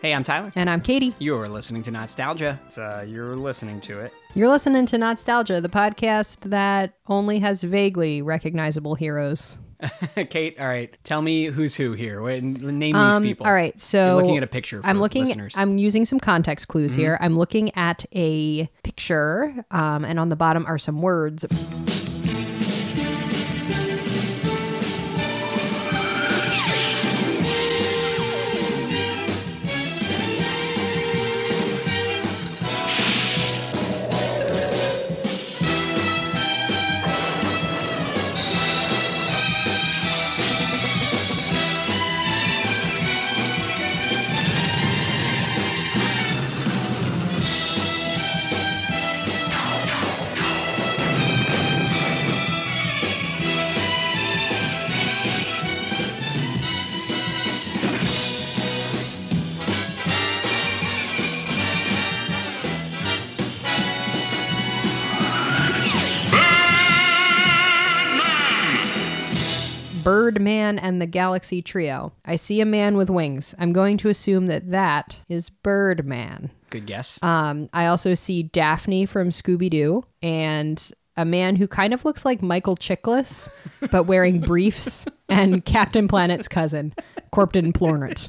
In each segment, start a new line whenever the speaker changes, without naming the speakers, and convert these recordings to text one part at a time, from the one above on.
Hey, I'm Tyler.
And I'm Katie.
You're listening to Nostalgia.
Uh, you're listening to it.
You're listening to Nostalgia, the podcast that only has vaguely recognizable heroes.
Kate, all right, tell me who's who here. Wait, n- Name
Um,
these people.
All right, so
You're looking at a picture for
I'm looking.
listeners. Mm-hmm.
I'm using some context clues here. I'm looking at a picture, um, and on the bottom are some words. Birdman and the Galaxy Trio. I see a man with wings. I'm going to assume that that is Birdman.
Good guess.
Um, I also see Daphne from Scooby Doo and a man who kind of looks like Michael Chiklis, but wearing briefs, and Captain Planet's cousin, Corpton Plornert.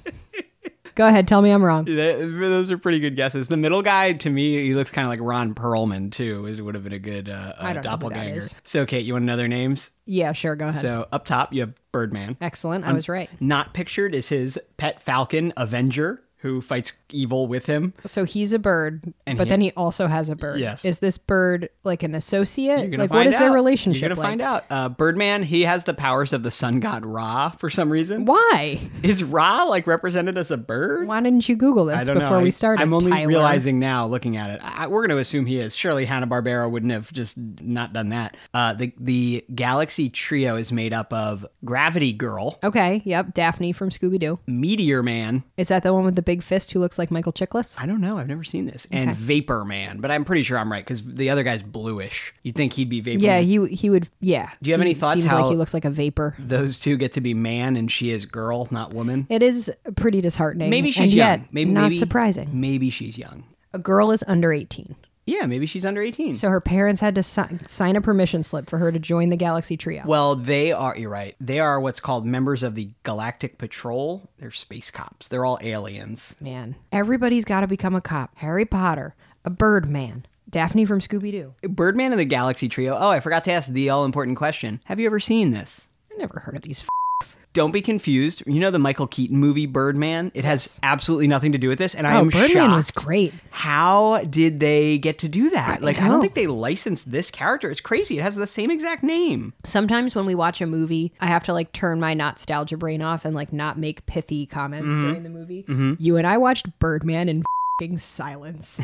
Go ahead, tell me I'm wrong.
Th- those are pretty good guesses. The middle guy, to me, he looks kind of like Ron Perlman, too. It would have been a good uh, uh,
I don't know who that
doppelganger.
is.
So, Kate, you want another names?
Yeah, sure, go ahead.
So, up top, you have Birdman.
Excellent, I was right.
Not pictured is his pet falcon, Avenger, who fights evil with him.
So he's a bird,
And
but
he-
then he also has a bird.
Yes.
Is this bird like an associate?
You're gonna
Like,
find
what is
out.
their relationship
You're gonna
like?
find out. Uh, Birdman, he has the powers of the sun god Ra for some reason.
Why?
Is Ra like represented as a bird?
Why didn't you Google this
I don't
before
know. I-
we started?
I'm only
Tyler?
realizing now, looking at it. I, we're going to assume he is. Surely Hanna Barbera wouldn't have just not done that. Uh, the the Galaxy Trio is made up of Gravity Girl,
Okay, yep, Daphne from Scooby Doo.
Meteor Man.
Is that the one with the big fist who looks like Michael Chiklis?
I don't know. I've never seen this. And Vapor Man, but I'm pretty sure I'm right because the other guy's bluish. You'd think he'd be Vapor.
Yeah,
Man.
he he would. Yeah.
Mm.
Do
you have
he
any thoughts
Seems
how-
like he looks like a vapor.
Those two get to be man, and she is girl, not woman.
It is pretty disheartening.
Maybe
and
she's
yet
young. Maybe
not
maybe-
surprising.
Maybe she's young.
A girl is under eighteen,
Yeah, maybe she's under 18.
so her parents had to si- sign a permission slip for her to join the Galaxy Trio.
well, they are, you're right. They are what's called members of the Galactic Patrol. They're space cops. They're all aliens.
man, everybody's got to become a cop. Harry Potter, a Birdman, Daphne from Scooby Doo.
Birdman and the Galaxy Trio. Oh, I forgot to ask the all important question Have you ever seen this?
I never heard of these. F-
Don't be confused. You know the Michael Keaton movie Birdman? It has absolutely nothing to do with this, and I
oh,
am
Birdman
shocked.
was great.
How did they get to do that? like, I
know.
don't think they licensed this character. It's crazy. It has the same exact name.
Sometimes when we watch a movie, I have to like turn my nostalgia brain off and like not make pithy comments
Mm-hmm.
during the movie. You and I watched Birdman in fing silence.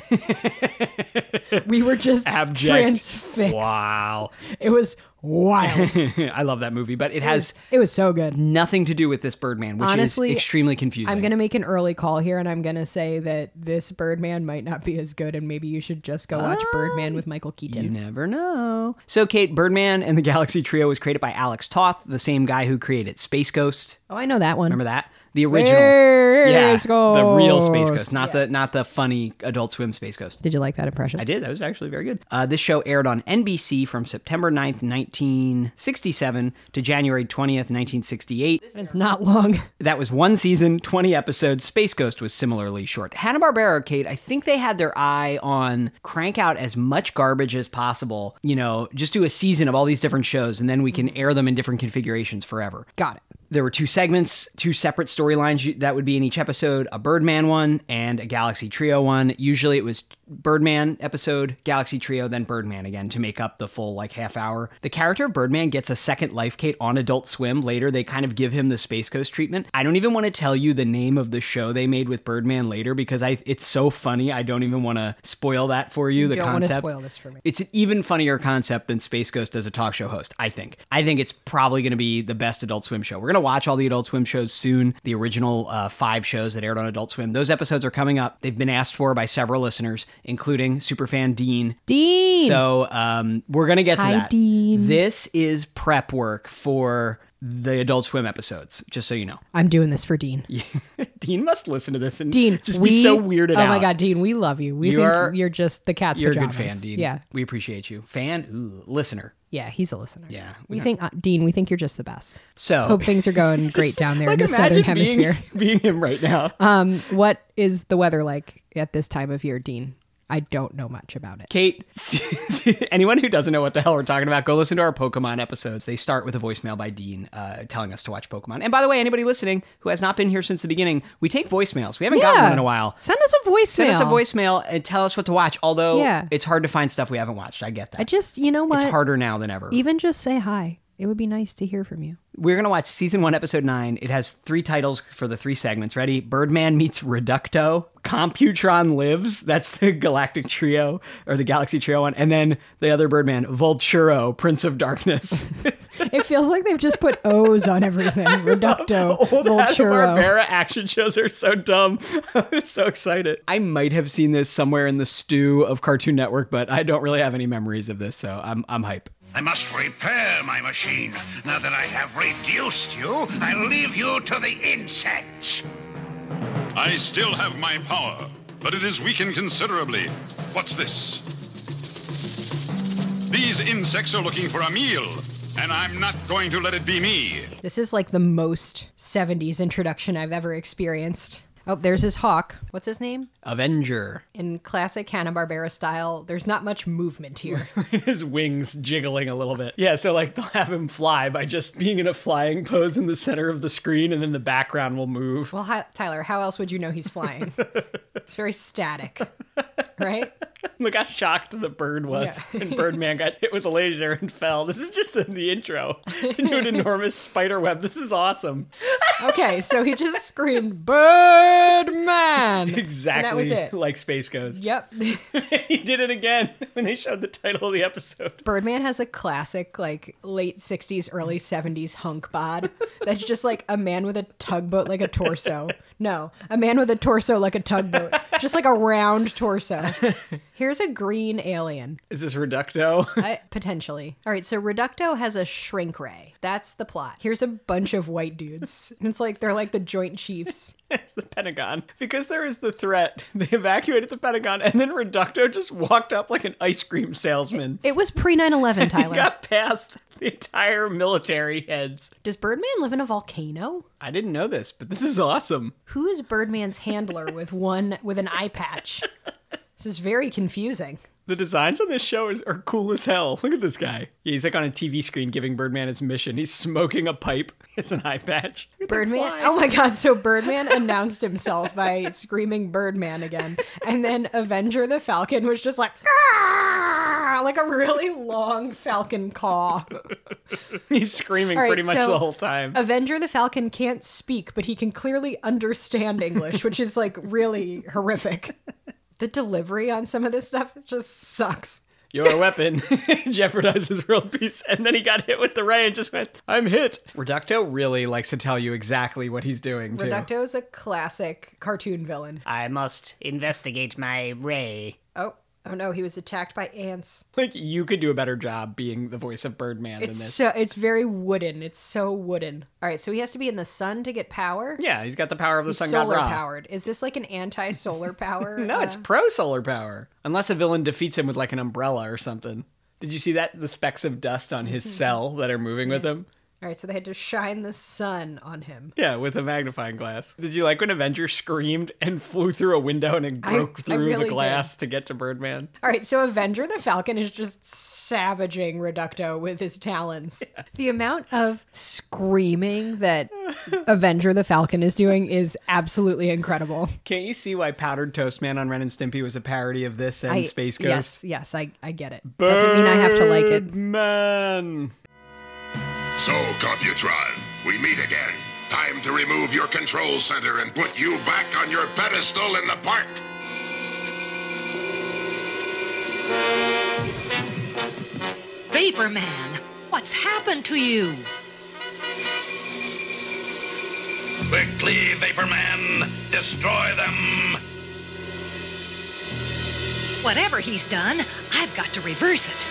we were just
Abject.
transfixed.
Wow.
It was wild.
I love that movie, but it has
it was so good.
nothing to do with this Birdman, which
Honestly,
is extremely confusing.
I'm going to make an early call here and I'm going to say that this Birdman might not be as good and maybe you should just go watch Birdman with Michael Keaton.
Ah, You never know. So, Kate, Birdman and the Galaxy Trio was created by Alex Toth, the same guy who created Space Ghost.
oh, I know that one.
Remember that? The original, yeah,
Space
the real Space
Ghost.
Ghost, not the not the funny Adult Swim Space Ghost.
Did you like that impression?
I did. That was actually very good. Uh, this show aired on NBC from September 9th, 1967 to January 20th, 1968.
It's not long.
That was one season, 20 episodes. Space Ghost was similarly short. Hanna-Barbera, Kate, I think they had their eye on crank out as much garbage as possible. You know, just do a season of all these different shows and then we can air them in different configurations forever.
Got it.
There were two segments, two separate storylines you- that would be in each episode a Birdman one and a Galaxy Trio one. Usually it was Birdman episode, Galaxy Trio, then Birdman again to make up the full like half hour. The character of Birdman gets a second life, Kate, on Adult Swim. Later, they kind of give him the Space Coast treatment. I don't even want to tell you the name of the show they made with Birdman later because I it's so funny. I don't even want to spoil that for you. The
don't wanna
concept.
spoil this for me.
It's an even funnier concept than Space Ghost as a talk show host, I think. I think it's probably going to be the best Adult Swim show. We're going to watch all the Adult Swim shows soon, the original uh, five shows that aired on Adult Swim. Those episodes are coming up. They've been asked for by several listeners, including superfan Dean.
Dean.
So um, we're going to get to
Hi,
that.
Dean.
This is prep work for the Adult Swim episodes, just so you know.
I'm doing this for Dean.
Dean must listen to this and
Dean,
just
we,
be so weirded
Oh
out.
my god, Dean, we love you. We
You
think
are-
you're just the cat's
You're
pajamas.
a good fan, Dean.
Yeah,
We appreciate you. Fan? Ooh, listener.
yeah, he's a listener.
Yeah.
we think uh, Dean, we think you're just the best.
So
Hope things are going great down there
like,
in the southern
imagine
hemisphere.
Being, being him right now.
Um, what is the weather like at this time of year, Dean? I don't know much about it.
Kate, anyone who doesn't know what the hell we're talking about, go listen to our Pokemon episodes. They start with a voicemail by Dean uh, telling us to watch Pokemon. And by the way, anybody listening who has not been here since the beginning, we take voicemails. We haven't gotten one in a while.
Send us a voicemail.
Send us a voicemail and tell us what to watch. Although
Yeah.
it's hard to find stuff we haven't watched. I get that.
I just, you know what?
it's harder now than ever.
Even just say hi. It would be nice to hear from you.
We're going to watch season one, episode nine. It has three titles for the three segments. Ready? Birdman meets Reducto, Computron lives. That's the Galactic Trio or the Galaxy Trio one. And then the other Birdman, Vulturo, Prince of Darkness.
It feels like they've just put O's on everything. Reducto,
Old
Vulturo.
Hanna-Barbera Oh, action shows are so dumb. I'm so excited. I might have seen this somewhere in the stew of Cartoon Network, but I don't really have any memories of this, so I'm, I'm hype.
I must repair my machine. Now that I have reduced you, I'll leave you to the insects.
I still have my power, but it is weakened considerably. What's this? These insects are looking for a meal, and I'm not going to let it be me.
This is like the most 70s introduction I've ever experienced. Oh, there's his hawk. What's his name?
Avenger.
In classic Hanna-Barbera style, there's not much movement here.
his wings jiggling a little bit. Yeah, so like they'll have him fly by just being in a flying pose in the center of the screen, and then the background will move.
well, hi- Tyler, how else would you know he's flying? it's very static, right?
Look how shocked the bird was. And Birdman got hit with a laser and fell. This is just in the intro into an enormous spider web. This is awesome.
Okay, so he just screamed, Birdman!
Exactly
And that was it.
like Space Ghost.
Yep.
he did it again when they showed the title of the episode.
Birdman has a classic, like, late 60s, early 70s hunk bod that's just like a man with a tugboat like a torso. No, a man with a torso like a tugboat. Just like a round torso. Here's a green alien,
Is this Reducto?
I, potentially. All right, so Reducto has a shrink ray. That's the plot. Here's a bunch of white dudes. It's like they're like the joint chiefs.
It's the Pentagon. Because there is the threat, they evacuated the Pentagon, and then Reducto just walked up like an ice cream salesman.
It was pre 9 11, Tyler.
got past the entire military heads.
Does Birdman live in a volcano?
I didn't know this, but this is awesome.
Who is Birdman's handler with one with an eye patch? This is very confusing.
The designs on this show is, are cool as hell. Look at this guy. Yeah, he's like on a TV screen giving Birdman his mission. He's smoking a pipe. It's an eye patch. Look at the
Birdman.
fly.
Oh my god, so Birdman announced himself by screaming Birdman again. And then Avenger the Falcon was just like "Ah!" like a really long falcon caw.
He's screaming
All right,
pretty much
so Oh.
the whole time.
Avenger the Falcon can't speak, but he can clearly understand English, which is like really horrific. The delivery on some of this stuff just sucks.
Your weapon jeopardizes world peace. And then he got hit with the ray and just went, I'm hit. Reducto really likes to tell you exactly what he's doing, too.
Reducto is a classic cartoon villain.
I must investigate my ray.
Oh, oh no, he was attacked by ants.
Like, you could do a better job being the voice of Birdman than
It's
this.
so it's very wooden. It's so wooden. All right, so he has to be in the sun to get power.
yeah, he's got the power of the sun god
solar
Ra.
powered. Is this like an anti-solar power? Uh,
No, it's pro solar power. Unless a villain defeats him with like an umbrella or something. Did you see that? The specks of dust on
Mm-hmm.
his cell that are moving with him?
All right, so they had to shine the sun on him.
Yeah, with a magnifying glass. Did you like when Avenger screamed and flew through a window and it
I-
broke
I
through
really
the glass to get to Birdman?
All right, so Avenger the Falcon is just savaging Reducto with his talons. The amount of screaming that Avenger the Falcon is doing is absolutely incredible.
Can't you see why Powdered Toast Man on Ren and Stimpy was a parody of this and
I-
Space Ghost?
Yes, yes, I, I get it. Doesn't mean I have to like it.
Birdman!
So, Computron, we meet again. Time to remove your control center and put you back on your pedestal in the park.
Vapor Man, what's happened to you?
Quickly, Vapor Man, destroy them.
Whatever he's done, I've got to reverse it.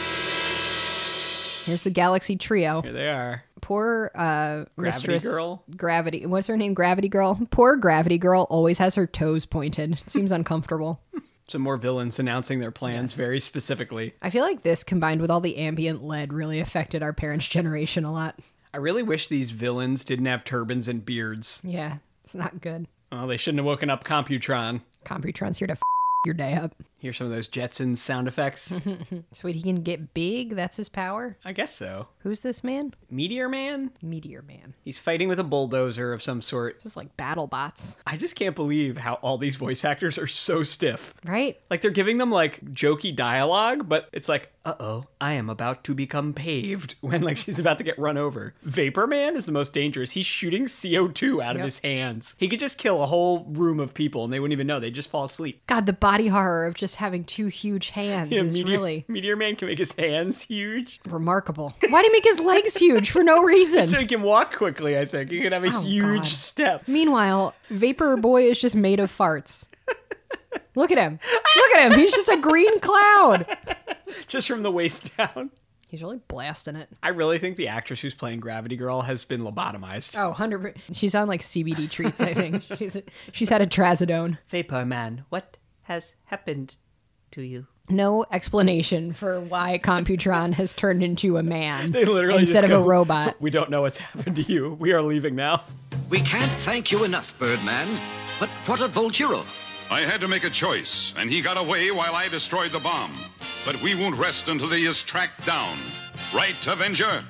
Here's the Galaxy Trio.
Here they are.
poor uh,
Gravity
mistress
Girl?
Gravity. What's her name? Gravity Girl. Poor Gravity Girl always has her toes pointed. It seems uncomfortable.
Some more villains announcing their plans very specifically.
I feel like this combined with all the ambient lead really affected our parents' generation a lot.
I really wish these villains didn't have turbans and beards.
Yeah, it's not good.
Oh, they shouldn't have woken up Computron.
Computron's here to f- your day up.
Hear some of those Jetsons sound effects?
Sweet, he can get big. That's his power.
I guess so.
Who's this man?
Meteor Man?
Meteor Man.
He's fighting with a bulldozer of some sort.
This is like battle bots,
I just can't believe how all these voice actors are so stiff.
right?
Like they're giving them like jokey dialogue, but it's like, uh oh, I am about to become paved when like she's about to get run over. Vapor Man is the most dangerous. He's shooting CO2 out of his hands. He could just kill a whole room of people and they wouldn't even know. They'd just fall asleep.
God, the body horror of just having two huge hands
Yeah,
is
Meteor,
really
Meteor Man can make his hands huge.
remarkable. Why do you make his legs huge for no reason?
So he can walk quickly, I think. He can have a
Oh,
huge
God.
step.
Meanwhile, Vapor Boy is just made of farts. Look at him. Look at him. He's just a green cloud.
Just from the waist down.
He's really blasting it.
I really think the actress who's playing Gravity Girl has been lobotomized.
Oh, 100%. She's on like CBD treats, I think. She's she's had a trazodone.
Vapor Man, what?
Has happened to you.
No explanation for why Computron has turned into a man
They literally
instead
just
of
go,
a robot.
We don't know what's happened to you. We are leaving now.
We can't thank you enough, Birdman. But what of Volturo?
I had to make a choice, and he got away while I destroyed the bomb. But we won't rest until he is tracked down. Right, Avenger?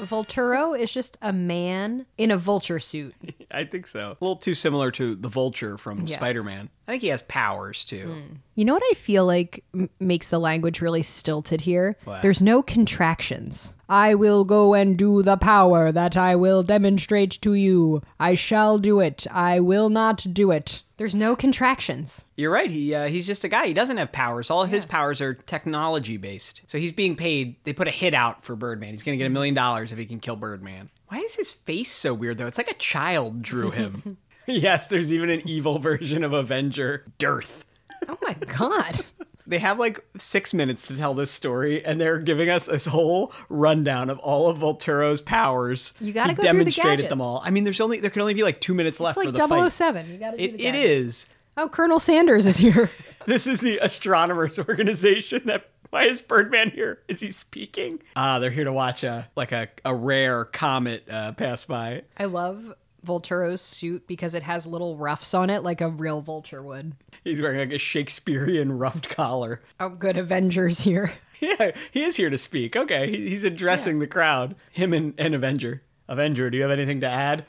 Volturo is just a man in a vulture suit.
I think so. A little too similar to the Vulture from
Yes.
Spider Man. I think he has powers too.
You know what I feel like m- makes the language really stilted here? There's no contractions. I will go and do the power that I will demonstrate to you. I shall do it. I will not do it. There's no contractions.
You're right. He uh, he's just a guy. He doesn't have powers. All of his powers are technology based. So he's being paid. They put a hit out for Birdman. He's going to get a million dollars if he can kill Birdman. Why is his face so weird though? It's like a child drew him. yes, there's even an evil version of Avenger. Dearth.
Oh my god.
They have like six minutes to tell this story, and they're giving us this whole rundown of all of Volturo's powers.
You gotta
He
go through the
demonstrated
gadgets.
them all. I mean, there's only there can only be like two minutes
It's
left for
like
the fight.
007. You gotta do
It,
the
it
gadgets.
is.
Oh, Colonel Sanders is here.
This is the astronomers organization that. Why is Birdman here? Is he speaking? Ah, they're here to watch a like a, a rare comet uh, pass by.
I love Volturo's suit because it has little ruffs on it like a real vulture would.
He's wearing like a Shakespearean ruffed collar.
Oh, good Avengers here.
Yeah, he is here to speak. Okay, he, he's addressing the crowd. Him and, and Avenger. Avenger, do you have anything to add?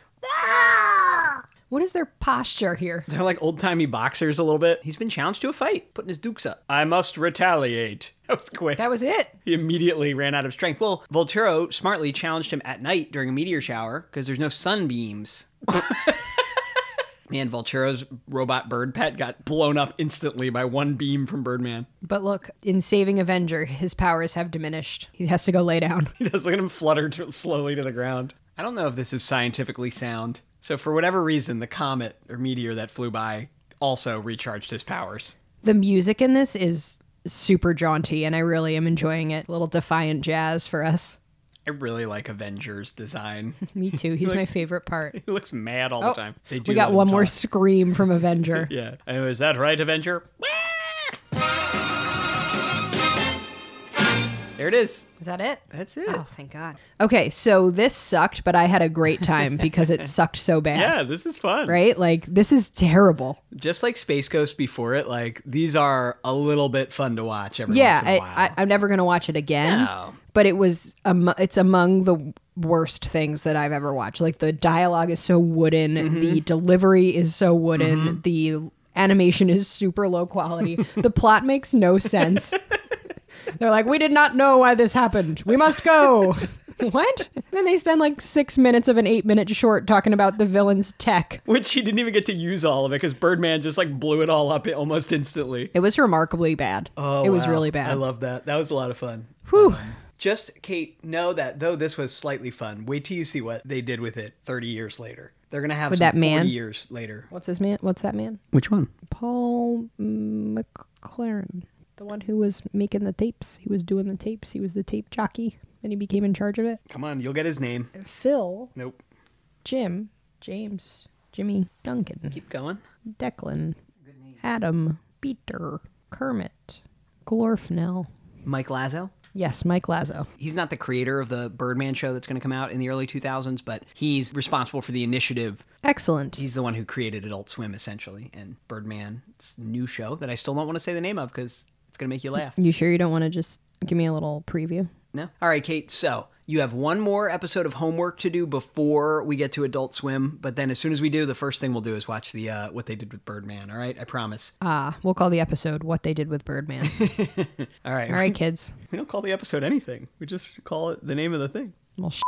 What is their posture here?
They're like old timey boxers a little bit. He's been challenged to a fight, putting his dukes up. I must retaliate. That was quick.
That was it.
he immediately ran out of strength. Well, Volturo smartly challenged him at night during a meteor shower because there's no sunbeams. Man, Volturo's robot bird pet got blown up instantly by one beam from Birdman.
But look, in saving Avenger, his powers have diminished. He has to go lay down.
He does look at him flutter to, slowly to the ground. I don't know if this is scientifically sound. So, for whatever reason, the comet or meteor that flew by also recharged his powers.
The music in this is super jaunty, and I really am enjoying it. A little defiant jazz for us.
I really like Avengers design.
Me too. He's my favorite part. Oh,
He looks mad all the time. They do
we got
let him
one more
talk.
scream from Avenger.
Yeah. Oh, is that right, Avenger? there it is.
Is that it?
That's it.
Oh, thank God. Okay, so this sucked, but I had a great time because it sucked so bad.
Yeah, this is fun.
Right? Like, this is terrible.
Just like Space Ghost before it, like these are a little bit fun to watch every
yeah,
once in
I,
a while.
I, I'm never going to watch it again.
No.
But it was, um, it's among the worst things that I've ever watched. Like the dialogue is so wooden,
Mm-hmm.
the delivery is so wooden, the animation is super low quality, the plot makes no sense. They're like, we did not know why this happened. We must go. what? Then they spend like six minutes of an eight minute short talking about the villain's tech.
Which he didn't even get to use all of it because Birdman just like blew it all up almost instantly.
It was remarkably bad. Oh, it was
Wow.
really bad.
I love that. That was a lot of fun.
Whew.
Just Kate, know that though this was slightly fun, wait till you see what they did with it 30 years later. They're gonna have
With
some
that man?
40 years later.
What's his man? What's that man?
Which one?
Paul McLaren. The one who was making the tapes. He was doing the tapes. He was the tape jockey, and he became in charge of it.
Come on, you'll get his name.
Phil,
Nope.
Jim, James, Jimmy, Duncan,
Keep going.
Declan, Adam, Peter, Kermit, Glorfnell.
Mike Lazo.
Yes, Mike Lazo.
He's not the creator of the Birdman show that's going to come out in the early 2000s, but he's responsible for the initiative.
Excellent.
He's the one who created Adult Swim, essentially, and Birdman's new show that I still don't want to say the name of because it's going to make you laugh.
You sure you don't want to just give me a little preview?
No? All right, Kate. So you have one more episode of homework to do before we get to Adult Swim, but then as soon as we do, the first thing we'll do is watch the uh, what they did with Birdman. All right, I promise.
Ah, we'll call the episode What They Did with Birdman.
all right.
All right, kids.
We don't call the episode anything. We just call it the name of the thing.
Well, sh-